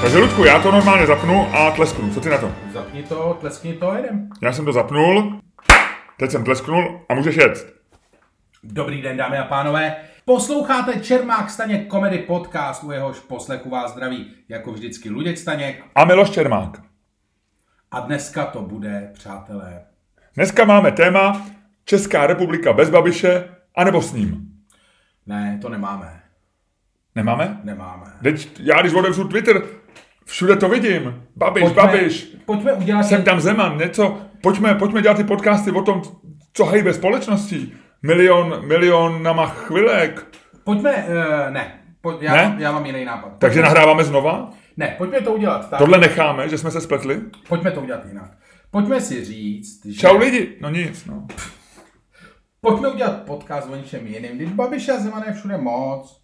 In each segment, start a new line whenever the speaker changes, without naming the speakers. Takže Ludku, já to normálně zapnu a tlesknu. Co ty na to?
Zapni to, tleskni to a jedem.
Já jsem to zapnul, teď jsem tlesknul a můžeš jet.
Dobrý den, dámy a pánové. Posloucháte Čermák Staněk komedy podcast, u jehož poslechu vás zdraví, jako vždycky Luděk Staněk.
A Miloš Čermák.
A dneska to bude, přátelé.
Dneska máme téma Česká republika bez Babiše, anebo s ním.
Ne, to nemáme.
Nemáme?
Nemáme.
Teď já když otevřu Twitter, všude to vidím. Babiš, pojďme, Babiš,
pojďme udělat...
jsem tam Zeman, něco. Pojďme, pojďme dělat ty podcasty o tom, co hejbe společností. Milion, milion nama chvilek.
Pojďme, uh, ne. Pojď, já,
Ne?
já mám jiný nápad.
Takže nahráváme znova?
Ne, pojďme to udělat tak.
Tohle necháme, že jsme se spletli?
Pojďme to udělat jinak. Pojďme si říct, že...
Čau lidi. No nic, no.
Pojďme udělat podcast o něčem jiném. Když Babiš a Zeman je všude moc.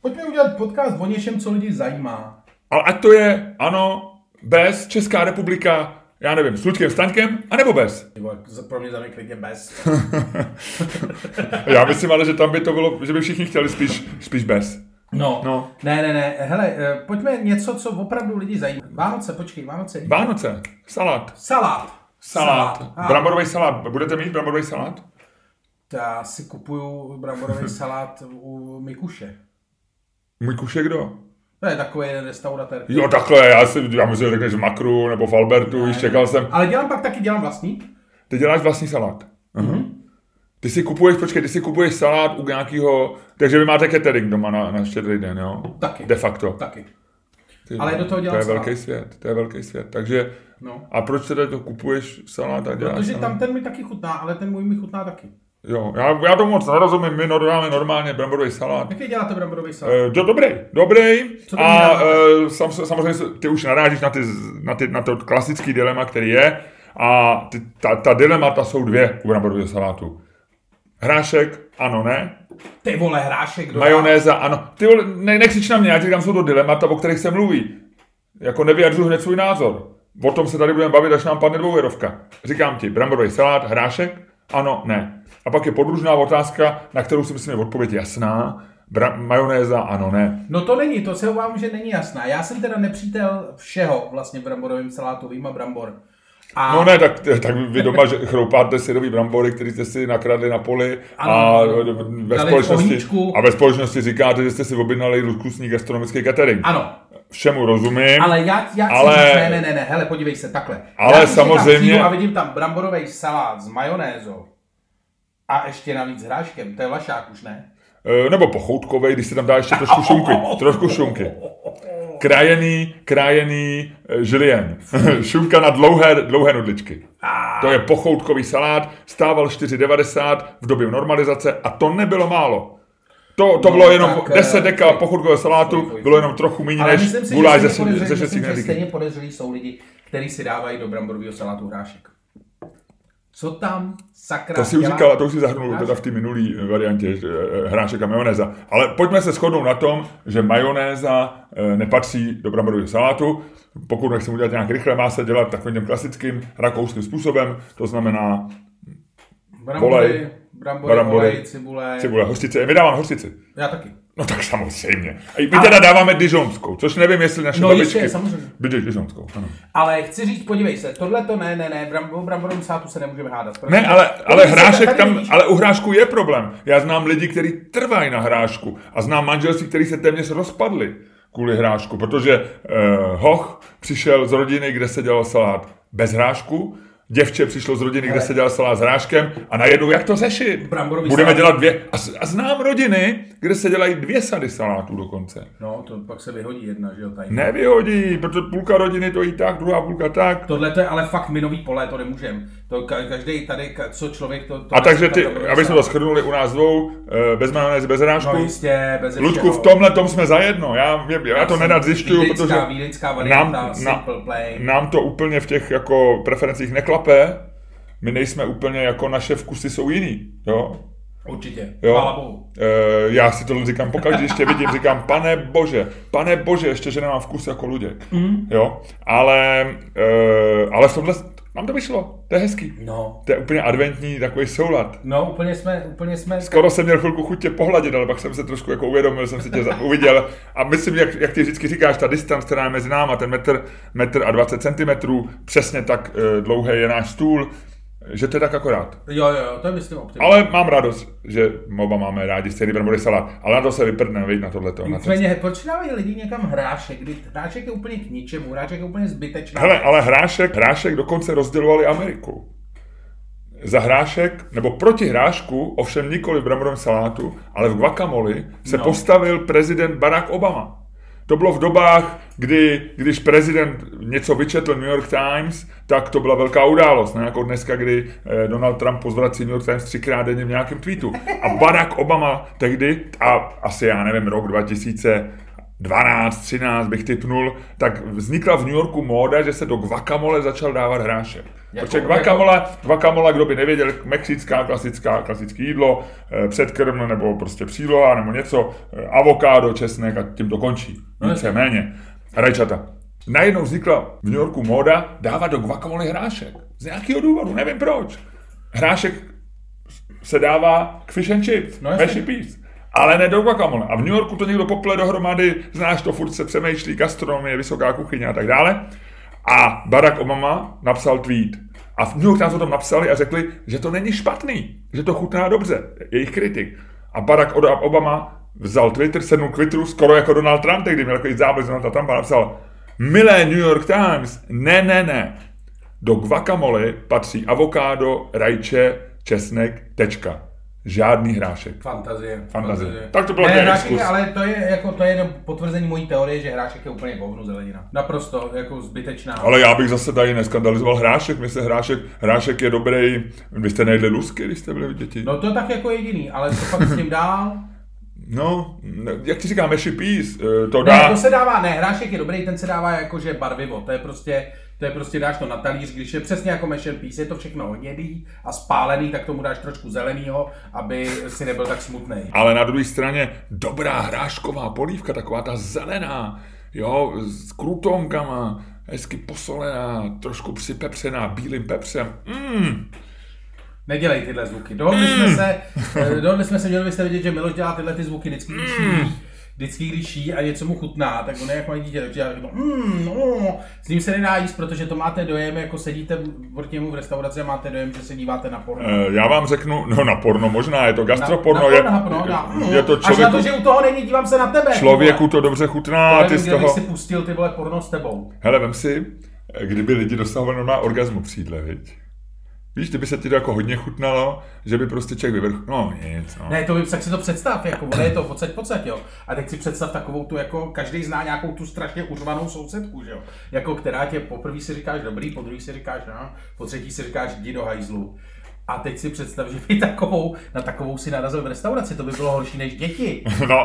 Pojďme udělat podcast o něčem, co lidi zajímá.
Ale ať to je, ano, bez Česká republika, já nevím, s Luďkem Staňkem, anebo bez.
Ty vole, za- Pro mě zamykli je bez.
Já myslím ale, že tam by to bylo, že by všichni chtěli spíš, spíš bez.
No.
No.
Ne, ne, ne. Hele, eh, pojďme něco, co opravdu lidi zajímá. Vánoce, počkej, Vánoce.
Vánoce, salát,
Salát.
salát,
Ah,
bramborový salát. Budete mít bramborový salát?
Já si kupuju bramborový salát u Mikuše.
Můj kuš je kdo?
To je takový jeden restauratér.
Jo, takhle, já si, já myslím, že řekneš v Makru nebo v Albertu, již čekal jsem.
Ale dělám pak taky, dělám vlastní.
Ty děláš vlastní salát. Mhm. Ty si kupuješ, počkej, ty si kupuješ salát u nějakého, takže vy máte catering doma na, na štědrý den, jo?
Taky.
De facto.
Taky.
Ty,
Ale
vole,
do toho dělám
To je
salát.
velký svět, to je velký svět. Takže,
No.
a proč teda to kupuješ salát a děláš?
Protože
salát?
tam ten mi taky chutná, ale ten můj mi chutná taky.
Jo, já, já to moc nerozumím, my normálně, normálně bramborový salát.
Jak vy děláte bramborový salát?
Eh, Do, dobrý, dobrý.
Co to
A
znamená?
eh, sam, samozřejmě se- ty už narážíš na, ty, z- na, ty, na to klasický dilema, který je. A ty, ta, ta dilemata jsou dvě u bramborového salátu. Hrášek, ano, ne.
Ty vole, hrášek, kdo
Majonéza, ano. Ty vole, ne, nekřič na mě, já ti říkám, jsou to dilemata, o kterých se mluví. Jako nevyjadřuji hned svůj názor. O tom se tady budeme bavit, až nám padne dvoujerovka. Říkám ti, bramborový salát, hrášek? Ano, ne. A pak je podružná otázka, na kterou si myslím je odpověď jasná. Bra- majonéza, ano, ne.
No to není, to se obávám, že není jasná. Já jsem teda nepřítel všeho vlastně v bramborovém salátu, výjima brambor. A
No ne, tak, tak vy doma že chroupáte syrový brambory, který jste si nakradli na poli a
Ano.
ve,
Dali
společnosti,
pohníčku.
a ve společnosti říkáte, že jste si objednali lukusní gastronomický catering.
Ano,
Všemu rozumím.
ale já, já
Ale-
ale... ne, ne, ne, ne, hele, podívej se, takhle.
Ale
já, když
samozřejmě-
Tam přijdu a vidím tam bramborový salát s majonézou a ještě navíc hráškem, to je lašák už, ne?
E, Nebo pochoutkovej, když se tam dá ještě trošku šunky. Trošku šunky. Krájený, krájený e, žilien. Šunka na dlouhé, dlouhé nudličky. To je pochoutkový salát, stával 4,90 v době normalizace a to nebylo málo. To, to
No,
bylo jenom
tak, eh,
10 deka pochoutkového
fuj,
salátu,
fuj, fuj.
bylo jenom trochu méně
Ale
než
myslím si, že
guláš
stejně,
ze,
podezřelí,
ze šesti
myslím, že
knedlíky.
stejně podezřelí jsou lidi, kteří si dávají do bramborového salátu hrášek. Co tam sakra
To si už
dělá-
říkal, a to už si zahrnul teda v té minulý variantě že, eh, hrášek a majonéza. Ale pojďme se shodnout na tom, že majonéza eh, nepatří do bramborového salátu. Pokud nechceme udělat nějak rychle, má se dělat takovým tím klasickým rakouským způsobem, to znamená Volej.
Brambory, brambory,
Brambory.
olej, cibule.
cibule, hořčice. My dáváme hořčici.
Já taky.
No tak samozřejmě. A my teda dáváme dižonskou, což nevím, jestli naše
No
babičky...
jistě, samozřejmě.
Bydeš dižonskou, ano.
Ale chci říct, podívej se, tohle to ne, ne, ne, bram, o bramborovém sátu se nemůžeme hádat. protože-
Ne, ale, ale
Podívej se,
hrášek
tady
tam,
vidíš-
ale u hrášku je problém. Já znám lidi, kteří trvají na hrášku a znám manželství, kteří se téměř rozpadli kvůli hrášku, protože eh, hoch přišel z rodiny, kde se dělal salát bez hrášku, děvče přišlo z rodiny, kde se dělal salát s hráškem a najednou jak to řešit?
Bramborový
Budeme
salát.
dělat dvě. A, s- a znám rodiny, kde se dělají dvě sady salátů dokonce.
No, to pak se vyhodí jedna, že jo, tady.
Nevyhodí, protože půlka rodiny to jí tak, druhá půlka tak.
Tohle to je ale fakt minový pole, to nemůžem. To ka- každý tady, ka- co člověk to... to
A takže ty,
to- to-
aby jsme to shrnuli u nás dvou, eh, bez majonézy, bez hrášku,
No jistě, bez
Ludku,
všeho.
v tomhle tom jsme zajedno. Já, já, já to nerad zjišťuju,
Vídeňská-
protože
vídeňská varianta, simple play.
nám to úplně v těch jako preferencích neklape. My nejsme úplně jako naše vkusy jsou jiný. Jo?
Určitě,
Jo.
chvála bohu.
E, já si to říkám pokaždé, ještě vidím, říkám, pane bože, pane bože, ještě, že nemám vkus jako Luděk. Mm. Jo? Ale, e, ale v tomhle, Nám to vyšlo, to je hezký.
No.
To je úplně adventní takový soulad.
No, úplně jsme, úplně jsme...
Skoro jsem měl chvilku chuť tě pohladit, ale pak jsem se trošku jako uvědomil, jsem si tě za- uviděl a myslím, jak, jak ty vždycky říkáš, ta distance, která je mezi náma, ten metr, metr a 20 centimetrů, přesně tak e, dlouhý je náš stůl, že to je tak akorát.
Jo, jo, jo, to je myslím optimální.
Ale mám radost, že oba máme rádi stejný brambory salát, ale na to se vyprdneme, viď, na tohleto. Na ten...
Nicméně, proč dávají lidi někam hrášek, kdy hrášek je úplně k ničemu, hrášek je úplně zbytečný.
Hele, ale hrášek, hrášek dokonce rozdělovali Ameriku. Za hrášek, nebo proti hrášku, ovšem nikoli v bramborovém salátu, ale v guacamoli se
No.
no. postavil prezident Barack Obama. To bylo v dobách, kdy, když prezident něco vyčetl New York Times, tak to byla velká událost, ne jako dneska, kdy eh, Donald Trump pozvrací New York Times třikrát denně v nějakém tweetu. A Barack Obama tehdy, a asi já nevím, rok 2000, 12, 13 bych typnul, tak vznikla v New Yorku móda, že se do guacamole začal dávat hrášek.
Jako-
Protože guacamole, guacamole, kdo by nevěděl, mexická, klasická, klasické jídlo, eh, předkrm nebo prostě příloha nebo něco, eh, avokádo, česnek a tím to končí.
No jasně.
Víceméně. Rajčata. Najednou vznikla v New Yorku móda dávat do guacamole hrášek. Z nějakého důvodu, nevím proč. Hrášek se dává k fish and chips, no
No jasně.
mashed peas. Ale ne do guacamole. A v New Yorku to někdo pople dohromady, znáš to, furt se přemýšlí, gastronomie, vysoká kuchyně a tak dále. A Barack Obama napsal tweet. A v New York Times o tom napsali a řekli, že to není špatný, že to chutná dobře, jejich kritik. A Barack Od- Obama vzal Twitter, sednul k Twitteru, skoro jako Donald Trump, tehdy měl takový záběr z Donalda Trumpa, a napsal, milé New York Times, ne, ne, ne, do guacamole patří avokádo, rajče, česnek, tečka. Žádný hrášek.
Fantazie.
Fantazie. Tak to bylo
ne,
nějaký
hrášek,
exkurs.
ale to je, jako, to je jenom potvrzení mojí teorie, že hrášek je úplně govnu zelenina. Naprosto jako zbytečná.
Ale já bych zase tady neskandalizoval hrášek. Mně se hrášek, hrášek je dobrý. Vy jste nejedli lusky, když jste byli děti.
No to tak jako jediný, ale co pak s tím dál?
No, ne- jak ti říkám, mashy peas, eh, to
Ne,
dá.
to se dává, ne, hrášek je dobrý, ten se dává jakože barvivo, to je prostě, to je prostě dáš to na talíř, když je přesně jako mešel pís, je to všechno hnědý a spálený, tak tomu dáš trošku zelenýho, aby si nebyl tak smutný.
Ale na druhé straně dobrá hrášková polívka, taková ta zelená, jo, s krutonkama, hezky posolená, trošku připepřená bílým pepřem. Mm,
Nedělej tyhle zvuky. Dohodli jsme se, eh, dohodli jsme se, měli byste vidět, že Miloš dělá tyhle ty zvuky vždycky, když jí, vždycky, když jí a něco mu chutná, tak on je jako malé dítě, takže já říkám, mm, no, s ním se nedá jíst, protože to máte dojem, jako sedíte proti němu v restauraci a máte dojem, že se díváte na porno.
Eh, já vám řeknu, no na porno možná, je to gastroporno,
na,
je,
na porno, na,
je to
Až na to,
člověku,
že u toho není, dívám se na tebe. ty
člověku
vole.
to dobře chutná,
Ale
ty z
kdybych
toho,
si pustil ty vole porno s tebou.
hele vem si, kdyby lidi dosahovali normální orgasmu při jídle, viď? Víš, kdyby se ti to jako hodně chutnalo, že by prostě člověk vyvrch... No nic, no.
Ne, to by, tak si to představ, jako, ono je to pocet pocet, jo. A teď si představ takovou tu, jako, každý zná nějakou tu strašně uřvanou sousedku, že jo. Jako, která tě poprvé si říkáš dobrý, po druhý si říkáš, no, po třetí si říkáš, jdi do hajzlu. A teď si představ, že by takovou, na takovou si narazil v restauraci, to by bylo horší než děti.
No,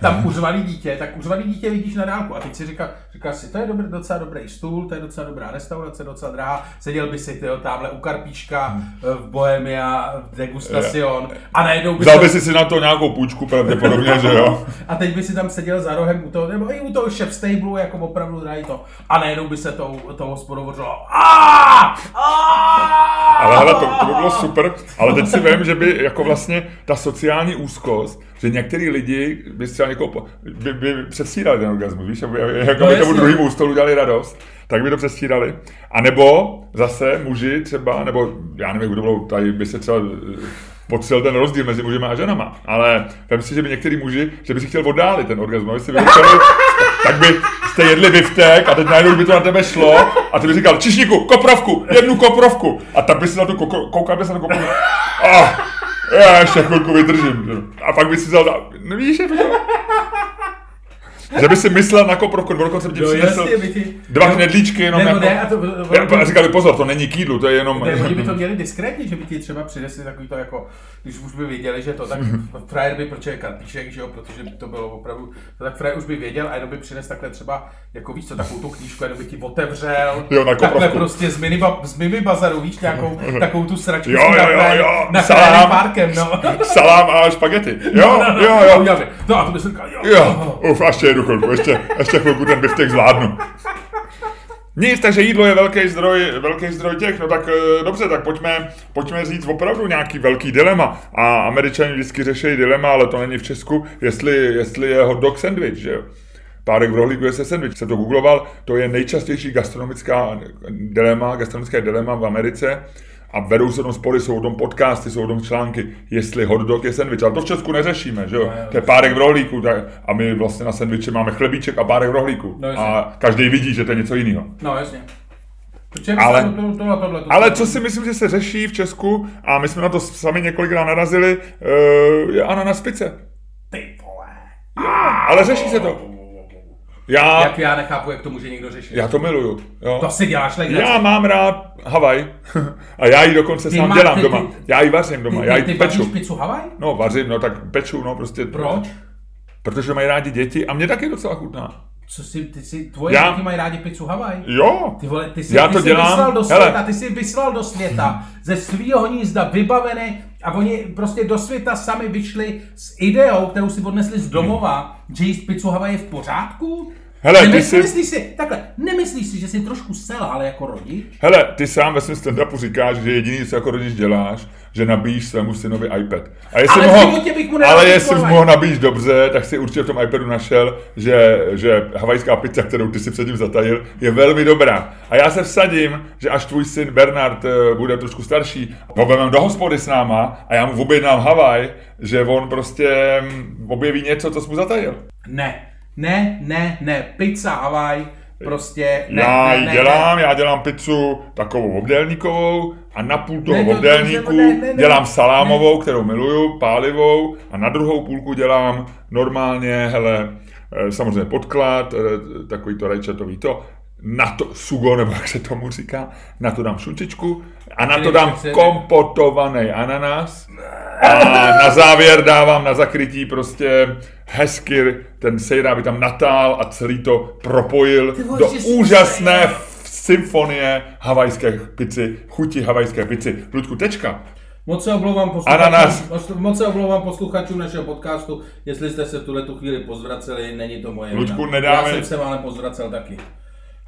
tam uřvaný dítě, tak uřvaný dítě vidíš na dálku a teď si říká, říká si, to je dobrý, docela dobrý stůl, to je docela dobrá restaurace, docela drahá, seděl by si tyjo, tamhle u Karpíčka
Hmm.
eh, v Bohemia, v Degustacion a najednou by
vzal
to-
by si si na to nějakou půjčku pravděpodobně, že jo?
a teď by si tam seděl za rohem u toho, nebo i u toho chef stableu, jako opravdu drahý to. A najednou by se tou, tou hospodou vořilo. "Aaa! Aaa!"
Ale hele, to, to by bylo super, ale teď si vím, že by jako vlastně ta sociální úzkost, že některý lidi by si třeba někoho po- by, by předstírali ten orgasmus, víš, aby, aby, jako
No
by
jasně.
tomu druhému stolu dělali radost, tak by to přestírali. A nebo zase muži třeba, nebo já nevím, kdo bylo, tady by se třeba potřel ten rozdíl mezi mužema a ženama, ale vem si, že by některý muži, že by si chtěl oddálit ten orgasmus, aby si vyhodili, tak by jste jedli biftek a teď najednou by to na tebe šlo a ty by říkal, čišníku, koprovku, jednu koprovku. A tak by si na tu koko, koukal by se na koprovku. A Ah, já ještě chvilku vydržím. A pak by si vzal, dá- no víš, jak to bylo? že by si myslel na koprovku, nebo dokonce by ti
Jo,
přinesl
No jasně, by ti-
dva knedlíčky jenom
Nebo
jako...
ne, a to, bylo-
Já- a říkali, pozor, to není k jídlu, to je jenom...
Ne, oni by to měli diskrétně, že by ti třeba přinesli takový to jako, když už by věděli, že to tak
Mhm.
frajer by, protože je kartíček, že jo, protože by to bylo opravdu, to tak frajer už by věděl a jenom by přines takhle třeba, jako víš co, takovou tu knížku, jenom by ti otevřel,
Jo, na
takhle
koprovku. Mhm.
prostě z mini, z mini bazaru, víš, nějakou takovou tu sračku
Jo,
s tím
jo,
na
jo,
frajer-
jo,
na
salám.
frajerovým párkem, no.
Salám a špagety. Jo, jo,
A
jo.
udělal by, No a to by jsem říkal, jo.
Jo, uf, a ještě jedu chvilku, ještě, ještě chvilku ten biftek zvládnu. Nic, takže jídlo je velký zdroj, velký zdroj těch, no tak eh, dobře, tak pojďme, pojďme říct opravdu nějaký velký dilema. A američani vždycky řeší dilema, ale to není v Česku, jestli, jestli je hot dog sandwich, že jo. Párek v rohlíku je se sandwich, jsem to googloval, to je nejčastější gastronomická dilema, gastronomické dilema v Americe. A vedou se o tom spory, jsou o tom podcasty, jsou o tom články, jestli hot dog je sandwich. Ale to v Česku neřešíme, že
No,
jo? To je párek v rohlíku. tak- A my vlastně na sandviče máme chlebíček a párek v rohlíku.
No, jasně.
a každý vidí, že to je něco jiného.
No jasně. Protože
Ale-
to, to, tohle, tohle, to,
Ale co si myslím, že se řeší v Česku, a my jsme na to sami několikrát narazili, eh, je ananas v pice.
Ty vole.
Ale řeší se to. Já,
Jak já nechápu, jak to může někdo řešit.
já to miluju.
To
Jo.
si děláš legraci.
Já mám rád Havaj. A já ji dokonce
Ty
sám
má-
dělám
ty-
doma.
ty-
Já ji vařím
Ty,
doma, já
ty, ty
ji
vaříš
peču.
pizzu Havaj?
No vařím, no tak peču, no prostě.
Proč?
Protože mají rádi děti a mě taky docela chutná.
Co si, ty si, tvoje
Já-
děti mají rádi pizzu Havaj?
Jo.
Ty vole, ty jsi,
Já
ty
to
jsi
dělám,
vyslal do
hele.
světa, ty jsi vyslal do světa ze svýho hnízda vybavené a oni prostě do světa sami vyšli s ideou, kterou si odnesli z domova, že jíst pizzu Havaj je v pořádku?
Hele, ty
Nemyslíš
jsi-
si... si, takhle, nemyslíš si, že jsi trošku selhal jako rodič?
Hele, ty sám ve svém stand-upu říkáš, že jediný, co jako rodič děláš, že nabíjíš svému synovi iPad. A jestli
Ale
mu
v
ho,
životě bych mu nedal
ale
iPad.
jestli mu ho nabíjíš dobře, tak si určitě v tom iPadu našel, že, že havajská pizza, kterou ty si předtím zatajil, je velmi dobrá. A já se vsadím, že až tvůj syn Bernard eh, bude trošku starší, ho vemem do hospody s náma a já mu objednám Havaj, že on prostě mm, objeví něco, co jsi mu zatajil.
Ne, ne, ne, ne, pizza Havaj prostě ne,
já
ne,
ji
ne,
dělám, já dělám pizzu takovou obdélníkovou a na půl toho
Ne, to- to-
obdélníku
to- ne, ne, ne.
dělám salámovou, kterou miluju, pálivou a na druhou půlku dělám normálně, hele, eh, samozřejmě podklad, eh, takový to rajčatový to, na to sugo, nebo jak se tomu říká, na to dám šunčičku a na to
Kdyby
dám
přece-
kompotovaný ananas a na závěr dávám na zakrytí prostě hezky ten sejra, aby tam natál a celý to propojil
vole,
do
že jsi
úžasné
sejra.
f- symfonie havajské pici, chuti havajské pici. Ludku, tečka.
Moc se omlouvám
Ananas.
posluchačům, moc- moc se omlouvám posluchačům našeho podcastu, jestli jste se v tuhle tu chvíli pozvraceli, není to moje
Luďku,
vina.
nedáme-
Já jsem se ale pozvracel taky.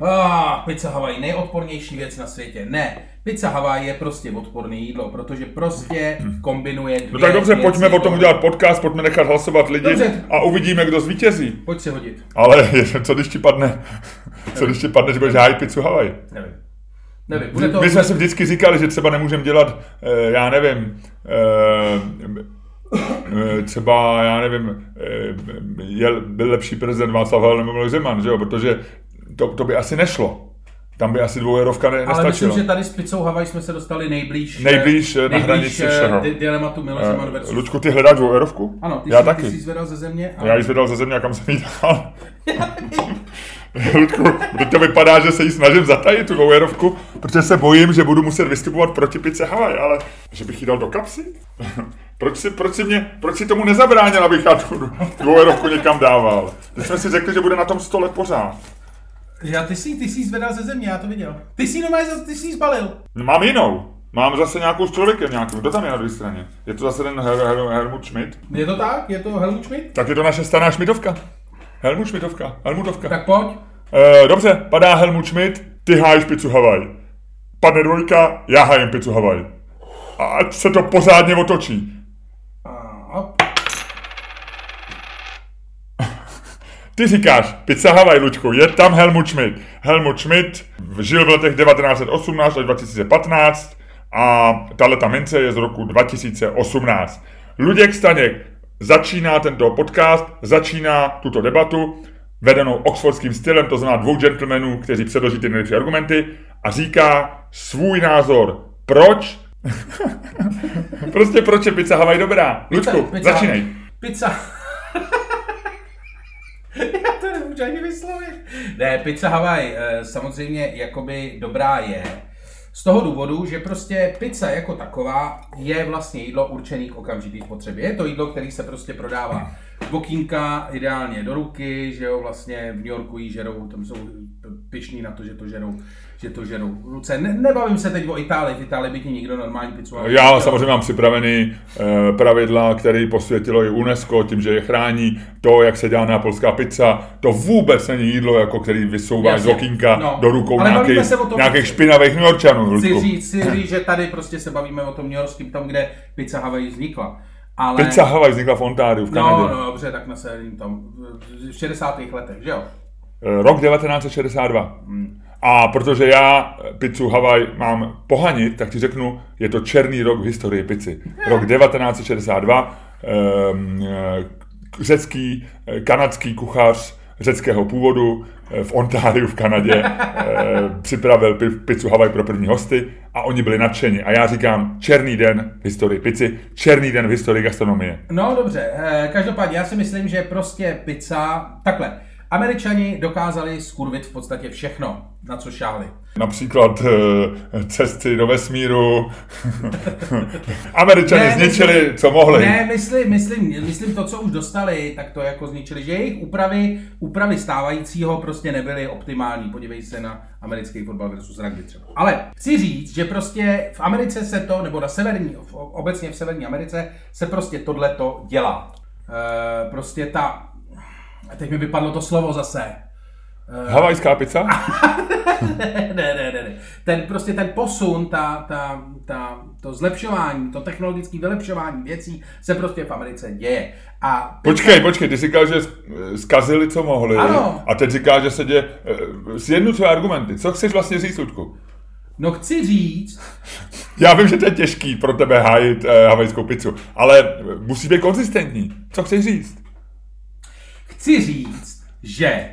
Ah, pizza Hawaii, nejodpornější věc na světě. Ne, pizza Hawaii je prostě odporné jídlo, protože prostě kombinuje dvě
No tak dobře,
věci
pojďme o tom
dohromady.
udělat podcast, pojďme nechat hlasovat lidi
Dobře.
a uvidíme, kdo zvítězí.
Pojď si hodit,
Ale co když ti padne, co když ti padne, že budeš hájit pizzu Havaj?
nevím. Nevím, bude to...
My jsme si vždycky říkali, že třeba nemůžeme dělat, eh, já nevím, eh, eh, třeba, já nevím, eh, je, byl lepší prezident Václav Havel nebo Miloš Zeman, že jo, protože to, to by asi nešlo. Tam by asi dvoujerovka ne,
Ale myslím,
nestačila.
že tady s pizzou Hawaii jsme se dostali nejblíž...
Nejblíž, eh, na
nejblíž,
hranici
eh,
všeho.
di- Dilematu Miloš Zeman
Eh,
versus...
Ludku, ty hledáš dvoujerovku?
Ano, ty
já
jsi,
taky.
Ty jsi zvedal ze země. A...
No Já ji zvedal ze země, a kam jsem ji dal. Ludku, teď to vypadá, že se jí snažím zatajit, tu dvoujerovku, protože se bojím, že budu muset vystupovat proti pice Havaj, ale že bych ji dal do kapsy? proč, si, proč, si mě, proč si tomu nezabránil, abych já tu dvoujerovku někam dával? Teď jsme si řekli, že bude na tom stole pořád.
Já ty jsi, ty jsi zvedal ze země, já to viděl. Ty jsi normálně, zas- ty jsi jí zbalil.
Mám jinou. Mám zase nějakou s člověkem nějakým. Kdo tam je na druhé straně? Je to zase ten Her, Her, Helmut Schmidt?
Je to tak? Je to Helmut Schmidt?
Tak je to naše stará Schmidtovka. Helmut Schmidtovka. Helmutovka.
Tak pojď.
Eh, dobře, padá Helmut Schmidt, ty hájíš pizzu Havaj. Padne dvojka, já hájím pizzu Havaj. A ať se to pořádně otočí.
A hop.
Ty říkáš, pizza Havaj, Luďku, je tam Helmut Schmidt. Helmut Schmidt žil v letech 1918 až 2015 a tahle ta mince je z roku 2018. Luděk Staněk začíná tento podcast, začíná tuto debatu vedenou oxfordským stylem, to znamená dvou gentlemanů, kteří předloží ty nejlepší argumenty a říká svůj názor, proč Prostě proč je pizza Havaj dobrá? Luďku,
Pizza-
začínej.
Pizza. Já to nemůžu ani vyslovit. Ne, pizza Hawaii eh, samozřejmě jakoby dobrá je. Z toho důvodu, že prostě pizza jako taková je vlastně jídlo určené k okamžitý spotřebě. Je to jídlo, který se prostě prodává z bokínka, ideálně do ruky, že jo, vlastně v New Yorku jí žerou, tam jsou pišní na to, že to ženou, že to ženou ruce. Ne, nebavím se teď o Itálii, v Itálii by ti nikdo normální pizzu ale-
No Já samozřejmě mám připravený eh, pravidla, které posvětilo i UNESCO tím, že je chrání. To, jak se dělá neapolská pizza, to vůbec není jídlo, jako který vysouváš z
Jasně,
okýnka
no.
do rukou
Ale bavíme
nějakých,
se o tom-
nějakých špinavých New Yorkčanů.
Chci
Ludku.
říct, chci říct, že tady prostě se bavíme o tom New Yorkském, tam, kde pizza Hawaii vznikla. Ale...
Pizza Hawaii vznikla v Ontáriu v Kanadě.
No, no, dobře, tak na severním tam, v 60. letech, že jo?
Eh, Rok 1962. Mm. A protože já eh, pizzu Havaj mám pohanit, tak ti řeknu, je to černý rok v historii pici. Rok 1962, ehm, eh, k- řecký, eh, kanadský kuchař řeckého původu eh, v Ontáriu v Kanadě eh, připravil pi- pizzu Havaj pro první hosty a oni byli nadšeni. A já říkám, černý den v historii pici, černý den v historii gastronomie.
No dobře, eh, každopádně já si myslím, že prostě pizza, takhle, Američani dokázali skurvit v podstatě všechno, na co šáli.
Například eh, cesty do vesmíru. Američany
Ne,
zničili,
myslím-
co mohli.
Ne, myslím, myslím, myslím to, co už dostali, tak to jako zničili, že jejich úpravy, úpravy stávajícího prostě nebyly optimální. Podívej se na americký fotbal versus rugby třeba. Ale chci říct, že prostě v Americe se to, nebo na severní, v- obecně v severní Americe, se prostě tohleto dělá. E, prostě ta, a teď mi vypadlo to slovo zase. Eh,
Havajská pizza?
ne, ne, ne, ne. Ten prostě ten posun, ta, ta, ta, to zlepšování, to technologické vylepšování věcí se prostě v Americe děje. A
Počkej, počkej, ty říkáš, že eh, zkazili, co mohli.
Ano.
A teď říkáš, že se děje... eh, Sjednocuj argumenty. Co chceš vlastně říct, Ludku?
no chci říct,
Já vím, že to je těžký pro tebe hájit eh, havajskou pizzu, ale eh, musí být konzistentní. Co chceš říct?
chci říct, že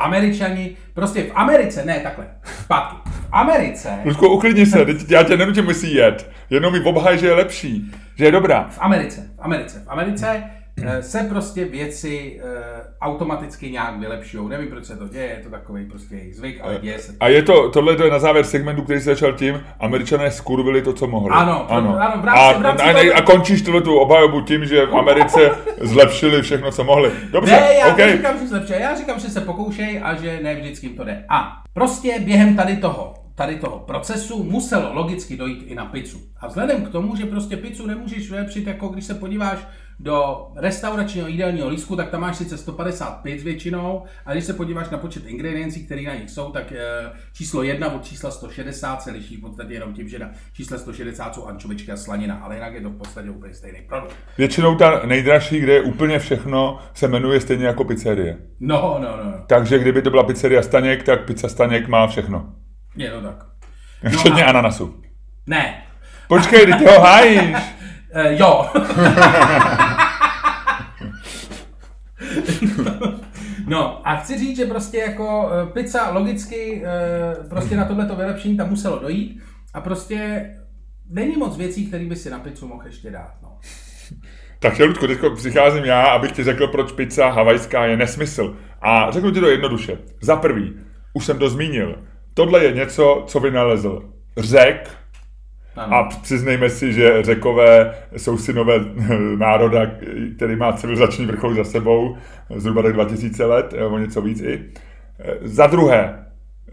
Američani, prostě v Americe, ne takhle, zpátky. V Americe,
Ludku, uklidni se, teď já tě nenutím, musí jet. Jenom mi obhaj, že je lepší, že je dobrá.
v Americe, v Americe, v Americe eh, se prostě věci eh, automaticky nějak vylepšují. Nevím, proč se to děje, je to takový prostě jejich zvyk, ale děje se to.
A je to, tohle to je na závěr segmentu, který se začal tím, američané skurvili to, co mohli.
Ano, ano, ano, v rámci-
a,
v rámci
a,
toho-
a, končíš tuhle tu obhajobu tím, že v Americe zlepšili všechno, co mohli. Dobře,
Ne, já
OK.
okay. říkám, že zlepší. Já říkám, že se pokoušej a že ne vždycky jim to jde. A prostě během tady toho, tady toho procesu muselo logicky dojít i na pizzu. A vzhledem k tomu, že prostě pizzu nemůžeš vylepšit, jako když se podíváš do restauračního jídelního lístku, tak tam máš sice 150 pizz většinou, a když se podíváš na počet ingrediencí, které na nich jsou, tak eh, číslo 1 od čísla 160 se liší v podstatě jenom tím, že na čísle 160 jsou ančovičky a slanina, ale jinak je to v podstatě úplně stejný produkt.
Většinou ta nejdražší, kde je úplně všechno, se jmenuje stejně jako pizzerie.
No, no, no, no.
Takže kdyby to byla pizzeria Staněk, tak pizza Staněk má všechno.
Je to tak. No
Včetně ananasu.
Ne.
Počkej, ty ho hájíš.
E, jo. no a chci říct, že prostě jako e, pizza logicky e, prostě na tohleto vylepšení tam muselo dojít a prostě není moc věcí, které by si na pizzu mohl ještě dát. No.
Tak jo, Ludku, teď přicházím já, abych ti řekl, proč pizza havajská je nesmysl. A řeknu ti to jednoduše. Za prvý, už jsem to zmínil, tohle je něco, co vynalezl řek,
Ano.
a přiznejme si, že řekové jsou synové národa, který má civilizační vrchol za sebou, zhruba tak 2000 let, eh, o něco víc i. Eh, Za druhé,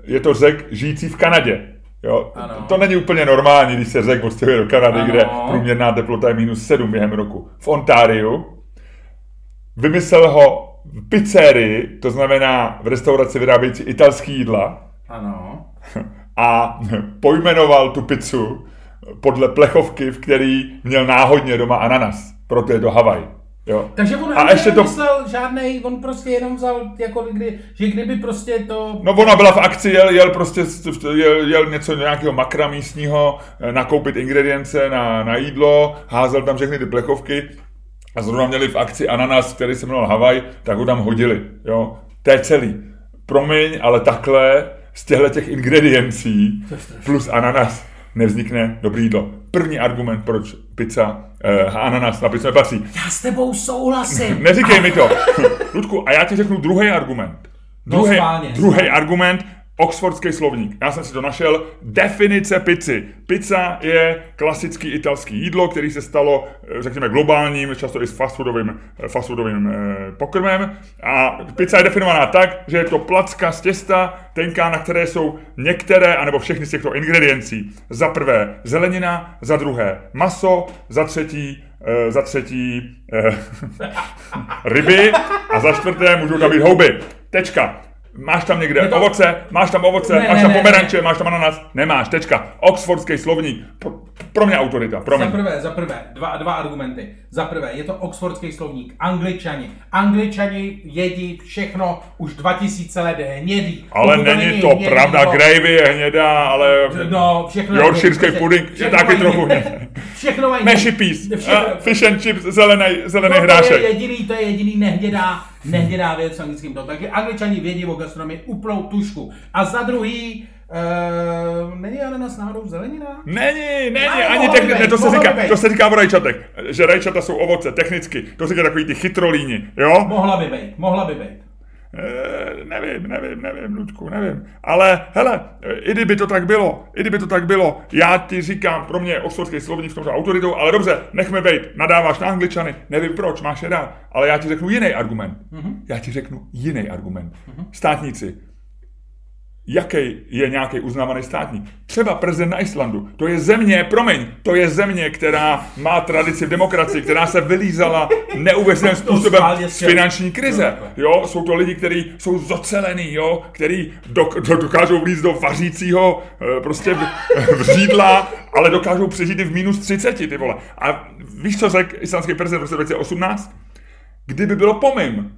je to řek žijící v Kanadě. Jo?
Ano.
To není úplně normální, když se řek odstěhuje do Kanady,
Ano.
kde průměrná teplota je minus 7 během roku. V Ontáriu vymyslel ho v pizzerii, to znamená v restauraci vyrábějící italský jídla,
ano.
a pojmenoval tu pizzu podle plechovky, v který měl náhodně doma ananas. Proto je to Havaj. Jo.
Takže on
A
ani
ještě to-
nemyslel žádnej, on prostě jenom vzal, jako kdy, že kdyby prostě to...
No ona byla v akci, jel, jel prostě s- v- jel, jel něco nějakého makra místního, eh, nakoupit ingredience na, na jídlo, házel tam všechny ty plechovky a zrovna měli v akci ananas, který se jmenoval Havaj, tak ho tam hodili. Jo. To je celý. Promiň, ale takhle z těchto těch ingrediencí plus ananas nevznikne dobrý jídlo. První argument, proč pizza eh, ananas na pizzu nepatří.
Já s tebou souhlasím.
Neříkej mi to. Ludku, a já ti řeknu druhý argument.
No,
Druhý,
schválně.
druhý argument, Oxfordský slovník. Já jsem si to našel. Definice pici. Pizza je klasický italský jídlo, který se stalo, eh, řekněme, globálním, často i s fast foodovým, eh, fast foodovým eh, pokrmem. A pizza je definovaná tak, že je to placka z těsta, tenká, na které jsou některé, anebo všechny z těchto ingrediencí. Za prvé zelenina, za druhé maso, za třetí eh, za třetí eh, ryby a za čtvrté můžou tam být houby. Tečka. Máš tam někde
to-
ovoce, máš tam ovoce,
Ne,
máš
ne,
tam
ne,
pomeranče, máš tam ananas, nemáš, tečka. Oxfordský slovník, pro, pro mě autorita, pro mě.
Za prvé, za prvé, dva, dva argumenty. Za prvé, je to oxfordský slovník, angličani. Angličani jedí všechno už 2000 let hnědý.
Ale
Pokud
není to
hnědý,
pravda,
no,
gravy je hnědá, ale
No, všechno je
Yorkshireský
hnědý.
puding je
Všechno
taky
mají
trochu
hnědý.
hnědý.
Všechno mají
Meshi
hnědý.
peas,
Všechno-
a fish and chips, zelený, zelený
No, to je
hrášek.
jediný, to je jediný nehnědá, nehnědá věc v anglickém tom. Takže angličani vědí o gastronomii úplnou tušku. A za druhý, Uh, není ananas náhodou zelenina?
Není, není,
Ale
ani
mohlo by
technicky, ne,
být,
to se
mohlo by
říká,
být.
to se říká o rajčatech, že rajčata jsou ovoce, technicky, to se říká takový ty chytrolíni, jo?
Mohla by být, mohla by být.
Eh, nevím, nevím, nevím, Ludku, nevím. Ale hele, eh, i kdyby to tak bylo, i kdyby to tak bylo, já ti říkám, pro mě je oxfordský slovník v tomto autoritou, ale dobře, nechme být, nadáváš na angličany, nevím proč, máš je rád, ale já ti řeknu jiný argument. Já ti řeknu jiný argument. Státníci, jaký je nějaký uznávaný státník. Třeba prezident na Islandu. To je země, promiň, to je země, která má tradici v demokracii, která se vylízala neuvěřitelným způsobem
schválně
z
chtěl. No,
finanční krize. Jo, jsou to lidi, kteří jsou zocelený, jo, který dok, do, dokážou vlíz do vařícího eh, prostě v, vřídla, ale dokážou přežít i v minus 30, ty vole. A víš, co řekl islandský prezident v roce 2018? Kdyby bylo po mým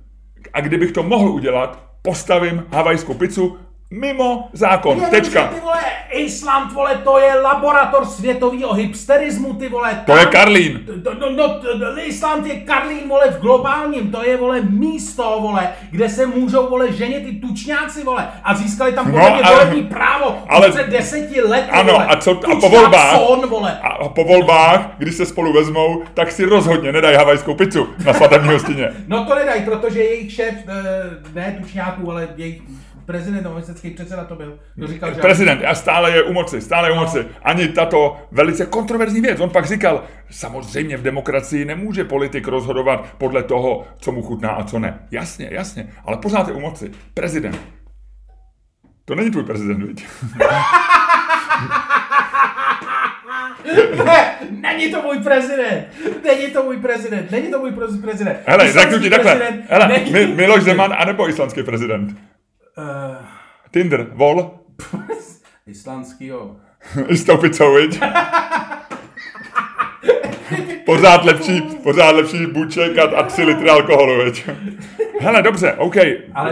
a kdybych to mohl udělat, postavím havajskou pizzu mimo zákon.
Jenomže,
Tečka.
Ty vole, Island, vole, to je laborator světovýho hipsterismu, ty vole.
To
tam-
je Karlín.
No, no, no, t- t- Island je Karlín, vole, v globálním, to je, vole, místo, vole, kde se můžou, vole, ženit ty tučňáci, vole, a získali tam podle
No,
mě
ale-
volební právo
ale-
ale, před deseti lety,
Ano,
vole.
a co- a po
Tučňák
volbách-
Son, vole.
A a po volbách, když se spolu vezmou, tak si rozhodně nedají havajskou pizzu na svatební hostině.
No to nedají, protože jejich šéf, eh, ne tučňáků, ale jejich prezident, no, ministerský předseda to byl, kdo říkal, že...
Prezident a stále je u moci, stále je u moci. Ani tato velice kontroverzní věc. On pak říkal, samozřejmě v demokracii nemůže politik rozhodovat podle toho, co mu chutná a co ne. Jasně, jasně, ale pořád je u moci. Prezident. To není tvůj prezident, viď?
Ne, není to můj prezident. Není to můj prezident. Není to můj prez- prezident.
Hele,
Islandský
řeknu ti takhle.
prezident
Hele,
není-
Mi- Miloš Zeman anebo islandský prezident.
Eh,
Tinder, vol,
Islandskýho.
i s tou pizzou, viď? Pořád lepší, pořád lepší buček a, a tři litry alkoholu, viď? Hele, dobře, OK,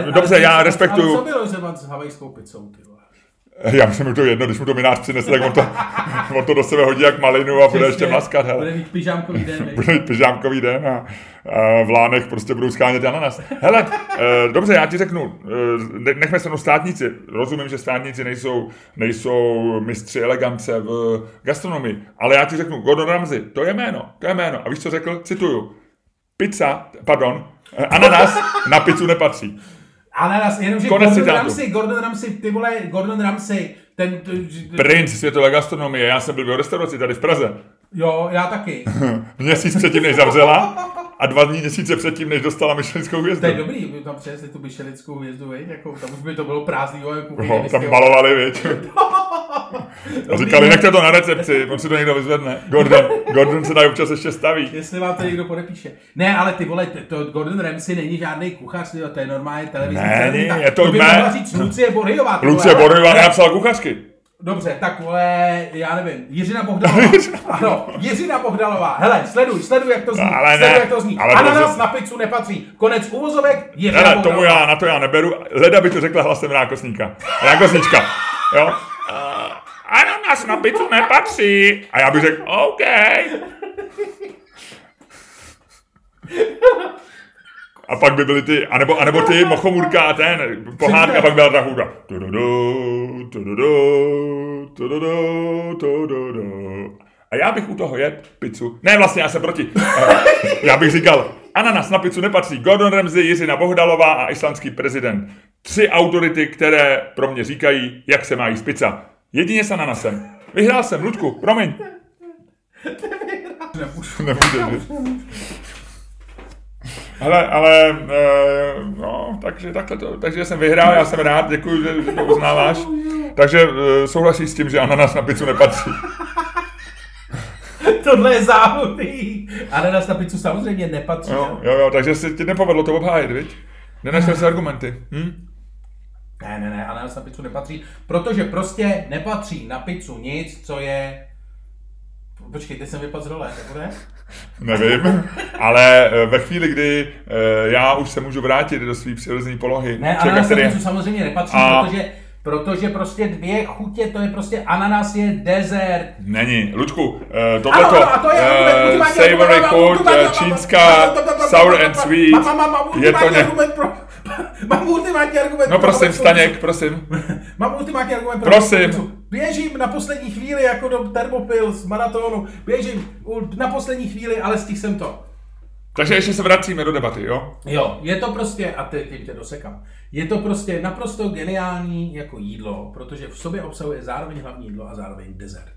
No dobře, já respektuju.
Ale co bylo Zeman s havajskou pizzou, ty vole?
Já myslím, že to je jedno, když mu to minář přinese, tak on to, on to do sebe hodí jak malinu a bude ještě
Přesně,
mlaskat, hele.
Prostě Bude mít pyžámkový den,
Bude mít pyžámkový den a, a v lánech prostě budou skánět ananas. Hele, eh, dobře, já ti řeknu, eh, ne- nechme se mnou státníci. Rozumím, že státníci nejsou, nejsou mistři elegance v gastronomii, ale já ti řeknu, Gordon Ramsay, to je jméno, to je jméno. A víš, co řekl? Cituju. Pizza, pardon, eh, ananas na pizzu nepatří.
Ale nás jenomže
Konec
Gordon
citátu.
Ramsay, Gordon Ramsay, ty vole, Gordon Ramsay, ten...
Princ světové gastronomie, já jsem byl v jeho restauraci tady v Praze.
Jo, já taky.
Měsíc předtím, než zavřela a dva dní měsíce předtím, než dostala myšlenskou hvězdu.
To je dobrý, by tam přinesli tu byšelickou hvězdu, viď? Jako, tam už by to bylo prázdný, jo, jako
Ho, No, tam malovali, viď? A říkali, nechte to na recepci, on si to někdo vyzvedne. Gordon, Gordon se tady občas ještě staví.
Jestli vám to někdo podepíše. Ne, ale ty vole, t- to Gordon Ramsay není žádný kuchař, ty jo, to je normálně televizní.
Ne,
celebrita.
ne, je to
to by
ne.
mohla říct Lucie Boryová. ty vole,
Lucie
ale-
Borojová napsal kuchařky.
Dobře, tak vole, já nevím, Jiřina Bohdalová. ano, Jiřina Bohdalová. Hele, sleduj, sleduj, jak to zní.
No, Ale ne,
sleduj, jak to zní.
ale
Ananas
dobře.
na pizzu nepatří. Konec uvozovek, Jiřina
Hele,
Bohdalová.
tomu já, na to já neberu. Leda by to řekla hlasem rákosníka. Rákosnička, jo? Ananas na pizzu nepatří. A já bych řekl, OK. A pak by byly ty, anebo, anebo ty Mochomůrka a ten, pohádka, a pak byla ta hudba. Tududu, tududu, tududu, tududu. A já bych u toho jet pizzu. Ne, vlastně já jsem proti. Eh, Já bych říkal, Ananas na pizzu nepatří. Gordon Ramsay, Jiřina Bohdalová a islandský prezident. Tři autority, které pro mě říkají, jak se má jíst pizza. Jedině s ananasem. Vyhrál jsem, Ludku, promiň.
Nemůžu.
Nemůžeš. Hele, ale, e, no, takže takhle to, takže jsem vyhrál, já jsem rád, děkuji, že, že to uznáváš. Takže e, souhlasíš s tím, že ananas na pizzu nepatří.
Tohle je záhodný. Ananas na pizzu samozřejmě nepatří.
Jo,
Jo.
jo, jo, takže se ti nepovedlo to obhájit, viď? Nenašel jsi argumenty. Hm?
Ne, ne, ne, ananas na pizzu nepatří, protože prostě nepatří na pizzu nic, co je... Počkej, teď jsem vypadl z role, tak bude?
Nevím, ale e, ve chvíli, kdy e, já už se můžu vrátit do své přirozené polohy,
Ne,
člověka,
ananas na
který je-
pizzu samozřejmě nepatří,
A-
protože, protože prostě dvě chutě, to je prostě ananas je dezert.
Není. Lučku, eh, tohleto,
Ano, ano, a to je-
eh,
ultimátní
savory
argument,
food,
ultimátní
eh,
argument.
čínská, sour and sweet,
Mám, mám, mám
je to
ultimátní
ně...
argument pro... Mám ultimátní argument
No
pro
prosím,
obecnou
Staněk, prosím.
Mám ultimátní argument pro
Prosím.
Pizzu. Běžím na poslední chvíli jako do Thermopil z maratonu. Běžím u- na poslední chvíli, ale stihl jsem to.
Takže ještě se vracíme do debaty, jo?
Jo, je to prostě, a teď tím tě dosekám, je to prostě naprosto geniální jako jídlo, protože v sobě obsahuje zároveň hlavní jídlo a zároveň dezert.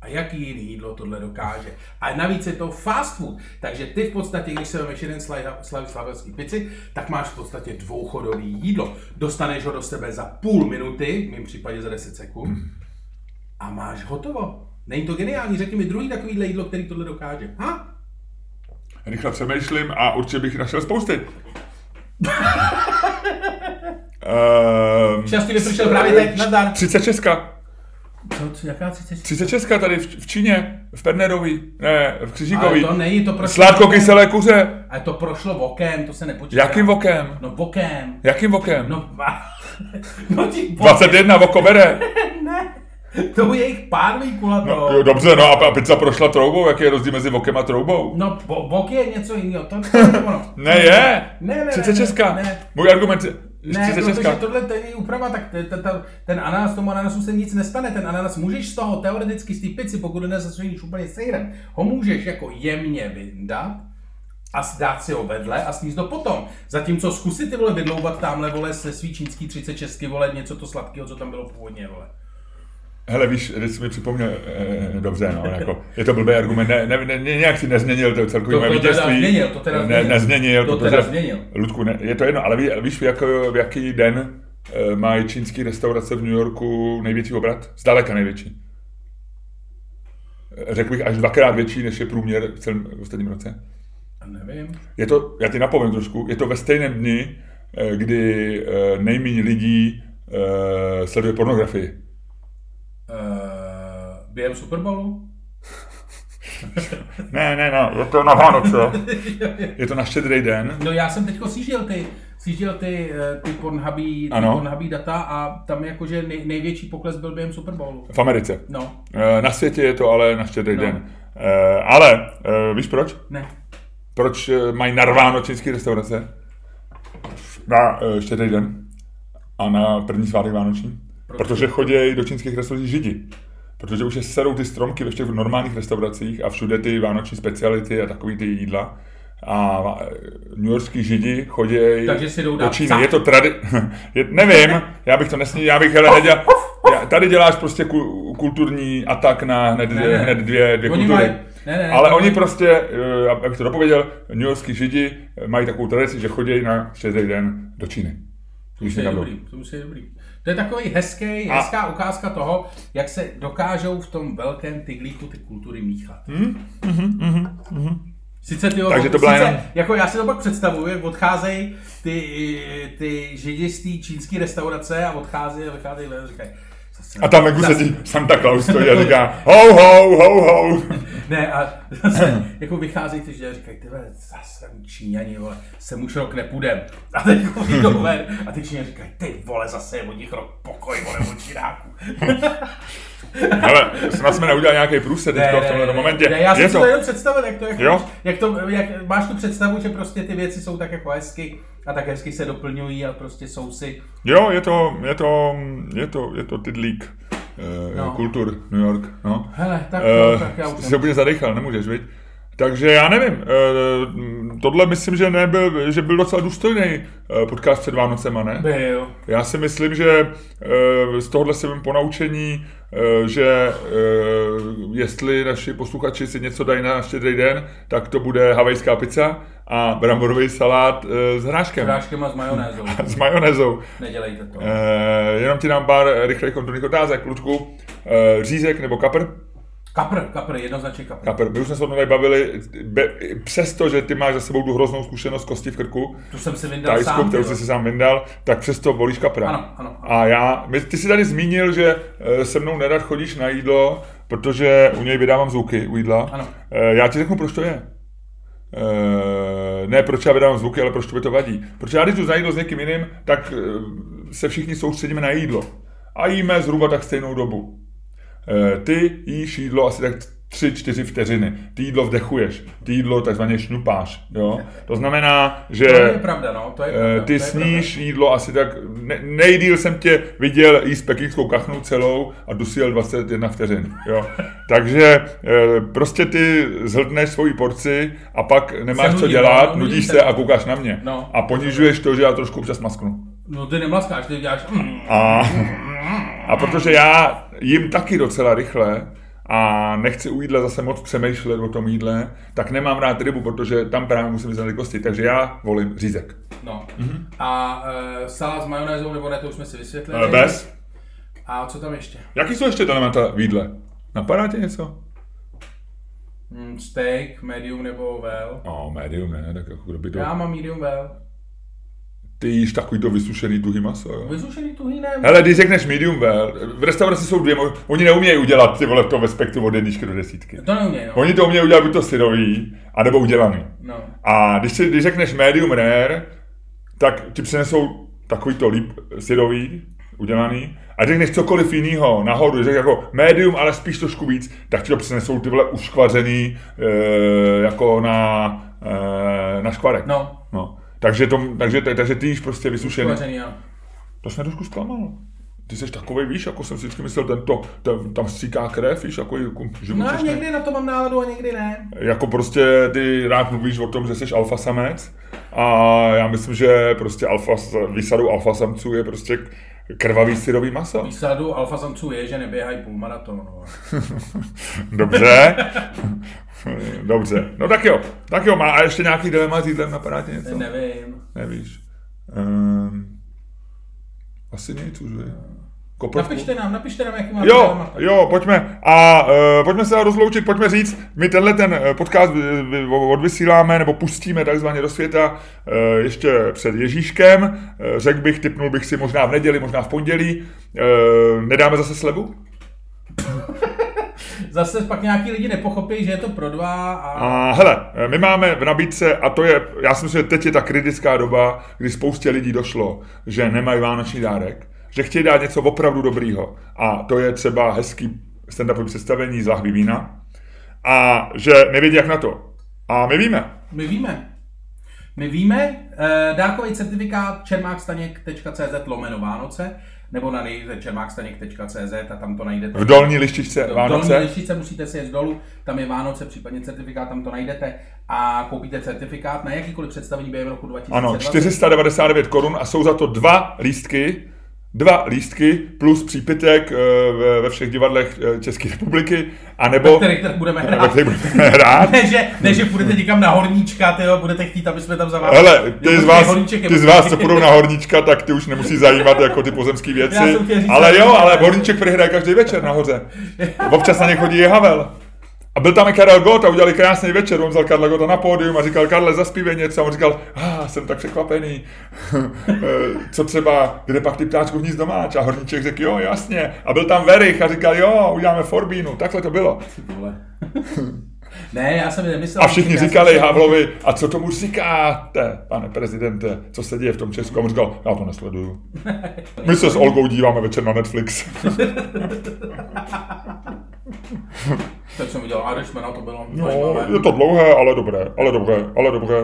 A jaký jiný jídlo tohle dokáže? A navíc je to fast food, takže ty v podstatě, když se vemeš jeden slav slavenský pici, tak máš v podstatě dvouchodový jídlo. Dostaneš ho do sebe za půl minuty, v mém případě za 10 sekund, a máš hotovo. Není to geniální, řekni mi druhý takovýhle jídlo, který tohle dokáže. Ha?
Rychle přemýšlím a určitě bych našel spousty. Ehm,
Čas ti vypršel právě teď, nazdar.
30 Česka.
Co, co, jaká 30
30 Česka tady v, v Číně, v Pernerový, ne, v
Ale
Křižíkový.
to není, to prošlo.
Sládko-kyselé kuře.
Ale to prošlo vokem, to se nepočítá.
Jakým vokem?
No vokem.
Jakým vokem?
No, va- no ti vokem.
21 voko bere.
Ne. To je jejich pánví kulato.
Jo, dobře, no a a pizza prošla troubou, jaký je rozdíl mezi vokem a troubou?
No, bo, bok je něco jiného, to to je ono.
Ne, je!
Ne, ne, ne,
30 česká.
ne, ne.
Můj argument je
Ne,
30
protože
česká.
tohle to je úprava, tak t- t- t- ten ananas, tomu ananasu se nic nestane, ten ananas můžeš z toho teoreticky z té pici, pokud ho nezasuníš úplně sejrem, ho můžeš jako jemně vyndat a s- dát si ho vedle a sníst to potom. Zatímco zkusit ty vole vydloubat tamhle vole se svý čínský 36 vole něco to sladkého, co tam bylo původně vole.
Hele, víš, když jsi mi připomněl, eh, dobře, no, jako, je to blbý argument, ne, ne, ne, nějak si nezměnil to celkový
To-
moje
to teda
vítězství.
změnil, to teda
ne,
změnil.
nezměnil,
To
protože,
teda změnil.
Ludku, ne, je to jedno, ale ví, víš, v, jako, v jaký den eh, mají čínský restaurace v New Yorku největší obrat? Zdaleka největší. Eh, Řekl bych až dvakrát větší, než je průměr v celém v ostatním roce.
A nevím.
Je to, já ti napovím trošku, je to ve stejném dni, eh, kdy eh, nejméně lidí eh, sleduje pornografii.
Uh, během Superbowlu?
Ne, ne, ne, je to na Vánoce. Je to na štědrý den.
No já jsem teďko sjížděl ty, sjížděl ty, eh, ty Pornhubí, ty
Ano.
Pornhubí data a tam jakože nej, největší pokles byl během Superbowlu.
V Americe.
No,
Eh, Na světě je to ale na štědrý den. Eh, Ale eh, víš proč?
ne.
Proč eh, mají narváno čínské restaurace? Na eh, štědrý den a na první svátek Vánoční. Protože chodí do čínských restaurací židi. Protože už je serou ty stromky ve všech normálních restauracích a všude ty vánoční speciality a takový ty jídla. A eh, newyorský židi chodí
Takže si jdou
do
dát
Číny.
psa.
Je to tradi... je, nevím, já bych to nesní, já bych hele nedělal... Já, tady děláš prostě ku- kulturní atak na hned,
Ne, ne.
hned dvě, dvě
Oni
kultury.
mají- ne, ne, ne,
Ale
to
oni
mají-
prostě, eh, ab- abych to dopověděl, New Yorkský židi eh, mají takovou tradici, že chodí na štědrý den do Číny.
To musí být
někam jdou.
dobrý, to musí být dobrý. To je takový hezký, hezká ukázka toho, jak se dokážou v tom velkém tyglíku ty kultury míchat. Mm, mm, mm,
Mhm,
Sice ty
Takže to byla
sice,
jenom-
jako já si to pak představuji, jak odcházejí ty, ty židi z té čínské restaurace a odcházejí, odcházejí ven a říkají, zase
A tam venku sedí Santa Claus stojí a říká ho, ho, ho, ho.
Ne, a zase,
Hmm.
jako vychází ty židé a říkají, tyhle, zase tam Číňani, vole, sem už rok nepůjdem. A teď jako
Hmm.
vyjdou ven a ty Číňani říkají, ty vole, zase je od nich rok pokoj, vole, od Čínáků.
Hele, snad jsme neudělali nějaký průse teďka v tomhle momentě.
ne, já
je
jsem si
to,
to jenom představil, jak to, jak,
Jo.
jak to jak, máš tu představu, že prostě ty věci jsou tak jako hezky a tak hezky se doplňují a prostě jsou si,
jo, je to, je to, je to, je to tydlík eh,
No.
kultur New York. No.
hele, tak,
Eh,
no, tak já už
jsi se úplně zadechal, nemůžeš, viď? Takže já nevím, eh, mm, tohle myslím, že nebyl, že byl docela důstojný eh, podcast před Vánocema, ne?
Byl.
Já si myslím, že eh, z tohohle si vím ponaučení, eh, že eh, jestli naši posluchači si něco dají na štědrý den, tak to bude havajská pizza a bramborový salát eh, s hráškem,
Práškem a s majonézou.
s majonézou.
Nedělejte to.
Eh, Jenom ti dám pár rychlých kontrolních otázek, Ludku. Eh, Řízek nebo kapr?
Kapr, kapr, jednoznačně kapr.
Kapr, my už jsme se o tom tady bavili, be, přesto, že ty máš za sebou tu hroznou zkušenost kosti v krku,
Tu jsem si vyndal
tajskou,
sám.
kterou
ty
jsi
jo.
si sám vyndal, tak přesto volíš kapra.
Ano, ano.
A já, my, ty jsi tady zmínil, že eh, se mnou nerad chodíš na jídlo, protože u něj vydávám zvuky, u jídla.
Ano.
Eh, Já ti řeknu, proč to je. Eh, Ne proč já vydávám zvuky, ale proč to by to vadí. Protože já když jdu na jídlo s někým jiným, tak eh, se všichni soustředíme na jídlo. A jíme zhruba tak stejnou dobu. Eh, Ty jíš jídlo asi tak 3-4 vteřiny. Ty jídlo vdechuješ. Ty jídlo takzvaně šňupáš. Jo? To znamená, že...
To je pravda, no, to je
Eh,
pravda, to
Ty
je
sníš jídlo asi tak, ne, nejdíl jsem tě viděl jíst pekingskou kachnu celou a dusil 21 vteřin, jo. Takže eh, prostě ty zhltneš svoji porci a pak nemáš
Se
co
nudím,
dělat,
no, nudím
nudíš
se.
se a koukáš na mě.
No.
A ponižuješ to, že já trošku občas masknu.
pravda. No ty nemlaskáš, ty děláš... Mm.
A, a protože já jim taky docela rychle a nechci u jídla zase moc přemýšlet o tom jídle, tak nemám rád rybu, protože tam právě musím vyznat kosti, takže já volím řízek.
No. A e, salát s majonézou, nebo ne, to už jsme si vysvětlili.
Mhm. Eh, Bez?
A co tam ještě?
Jaký jsou ještě elementa v jídle? Napadá tě něco?
Mm, steak, medium nebo well.
No, médium ne, tak jako kdo by to...
Já mám medium well.
Ty jíš takový to vysušený tuhý maso, jo?
Vysušený tuhý ne.
Hele, když řekneš medium well, v restauraci jsou dvě, mo- oni neumějí udělat ty vole to ve spektru od jedničky do desítky.
To neumějí, no.
Oni to umějí udělat buď to syrový, anebo udělaný.
no.
A když, si, když řekneš medium rare, tak ti přinesou takový to líp syrový, udělaný. A řekneš cokoliv jiného, nahoru, když řekneš jako medium, ale spíš trošku víc, tak ti to přinesou ty vole uškvařený e, jako na, e, na škvarek.
No.
no. Takže, to, takže, tak- takže ty jíš prostě vysušený.
Uvařený, ano.
To jsi mě trošku zklamal. Ty jsi takovej, víš, jako jsem si vždycky myslel, tento, ten, tam stříká krev, víš, jako, jako
No a
živočišný.
někdy na to mám náladu a někdy ne.
Jako prostě ty rád mluvíš o tom, že jsi alfa samec a já myslím, že prostě alfa, výsadou alfa samců je prostě k- krvavý syrový maso.
Výsadu alfa samců je, že neběhají půlmaraton. No.
Dobře. Dobře. No tak jo. Tak jo, má a ještě nějaký dilema s jídlem napadá ti něco?
Nevím.
Nevíš. Um, asi nic už, že? Koprovku?
Napište nám, napište nám, jaký máte
Jo,
témata.
jo, pojďme. A uh, pojďme se rozloučit, pojďme říct, my tenhle ten eh, podcast vy- vy- odvysíláme nebo pustíme takzvaně do světa uh, ještě před Ježíškem. Uh, řekl bych, typnul bych si možná v neděli, možná v pondělí. Uh, nedáme zase slevu?
Zase pak nějaký lidi nepochopí, že je to pro dva a...
A hele, my máme v nabídce, a to je, já si myslím, že teď je ta kritická doba, kdy spoustě lidí došlo, že nemají vánoční dárek, že chtějí dát něco opravdu dobrýho. A to je třeba hezký stand-upový představení z lahví vína. A že nevědí, jak na to. A my víme.
My víme. My víme, eh, dárkový certifikát čermákstaněk.cz lomeno Vánoce, nebo na nejde čermákstaněk.cz a tam to najdete.
V dolní lištičce
V dolní
Vánoce.
lištičce musíte si jet dolů, tam je Vánoce, případně certifikát, tam to najdete a koupíte certifikát na jakýkoliv představení během roku 2020.
Ano, 499 korun a jsou za to dva lístky, dva lístky plus přípitek eh, ve- ve všech divadlech eh, České republiky, anebo
Který trh budeme
ve
hrát.
kterých budeme hrát.
Ne, že, ne, že půjdete někam na horníčka, tyjo, budete chtít, aby jsme tam za vás.
Hele,
Jo,
ty z,
počkej,
vás,
horníček je-
ty z vás, co půjdou na horníčka, tak ty už nemusí zajímat jako ty pozemské
Já
věci.
jsem chtěl říct,
Ale
že-
jo, ale horníček prohraje každý večer nahoře. Občas na ně chodí i Havel. A byl tam i Karel Gott a udělali krásný večer. On vzal Karla Gota na pódium a říkal, Karle, zaspívej něco. A on říkal, ah, jsem tak překvapený. Eh, Co třeba, kde pak ty ptáčku hnízdo máš? A horníček řekl, jo, jasně. A byl tam Verich a říkal, jo, uděláme Forbínu. Takhle to bylo.
Ty vole. ne, já jsem nemyslel.
A všichni
já jsem
říkali
myslel-
Havlovi, a co tomu říkáte, pane prezidente, co se děje v tom Česku? A on říkal, já to nesleduju. My se s Olgou díváme večer na Netflix.
Tak jsem udělal Irishmana, to bylo
No,
zajímavé.
je to dlouhé, ale dobré, ale dobré, ale dobré.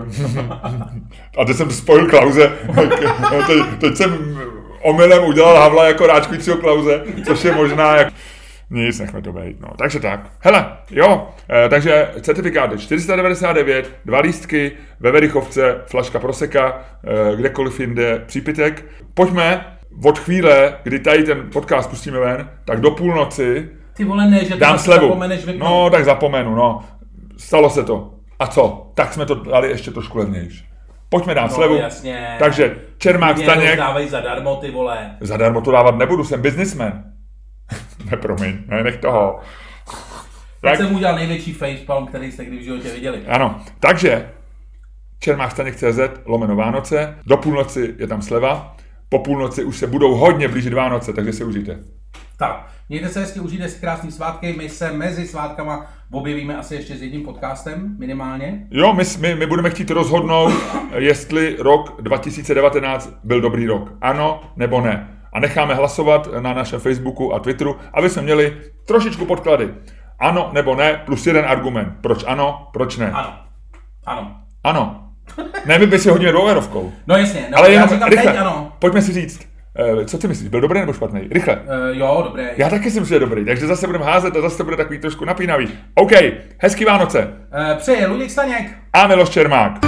A teď jsem spojil Klauze, teď, teď jsem omylem udělal Havla jako ráčkujícího Klauze, což je možná jak... Nic, nechme to být, no. Takže tak. Hele, jo, e, takže certifikáty 499, dva lístky, ve Verichovce, flaška proseka, e, kdekoliv jinde přípitek. Pojďme od chvíle, kdy tady ten podcast pustíme ven, tak do půlnoci
Ty vole, ne, že to
dám
zase
slevu.
zapomeneš vypnout.
No, tak zapomenu, no. Stalo se to. A co? Tak jsme to dali ještě trošku levnější. Pojďme dát slevu.
No, jasně.
Takže Čermák
Mě
Staněk,
dávají zadarmo, ty vole.
Zadarmo to dávat nebudu, jsem biznismen. ne, promiň, ne, nech toho.
Tak
Tak,
jsem udělal největší facepalm, který jste kdy v životě viděli.
ano, takže čermáchstaněk.cz lomeno Vánoce, do půlnoci je tam sleva, po půlnoci už se budou hodně blížit Vánoce, takže si užijte.
Tak, mějte se hezky, užijte si krásný svátky, my se mezi svátkama objevíme asi ještě s jedním podcastem, minimálně.
Jo, my, s- my, my budeme chtít rozhodnout, jestli rok 2019 byl dobrý rok. Ano nebo ne. A necháme hlasovat na našem Facebooku a Twitteru, aby jsme měli trošičku podklady. Ano nebo ne, plus jeden argument. Proč ano, proč ne.
Ano, ano.
Ano. Ne, my by si hodíme dvouerovkou.
No jasně, no,
Ale
já
jenom
říkám
rychle,
teď ano.
pojďme si říct, eh, co ty myslíš, byl dobrý nebo špatný? Rychle.
Uh, jo, dobré.
Já taky si myslím, že je dobrý, takže zase budeme házet a zase to bude takový trošku napínavý. OK, hezký Vánoce
Uh, přeje Eh, Luděk Staněk.
a Miloš Čermák.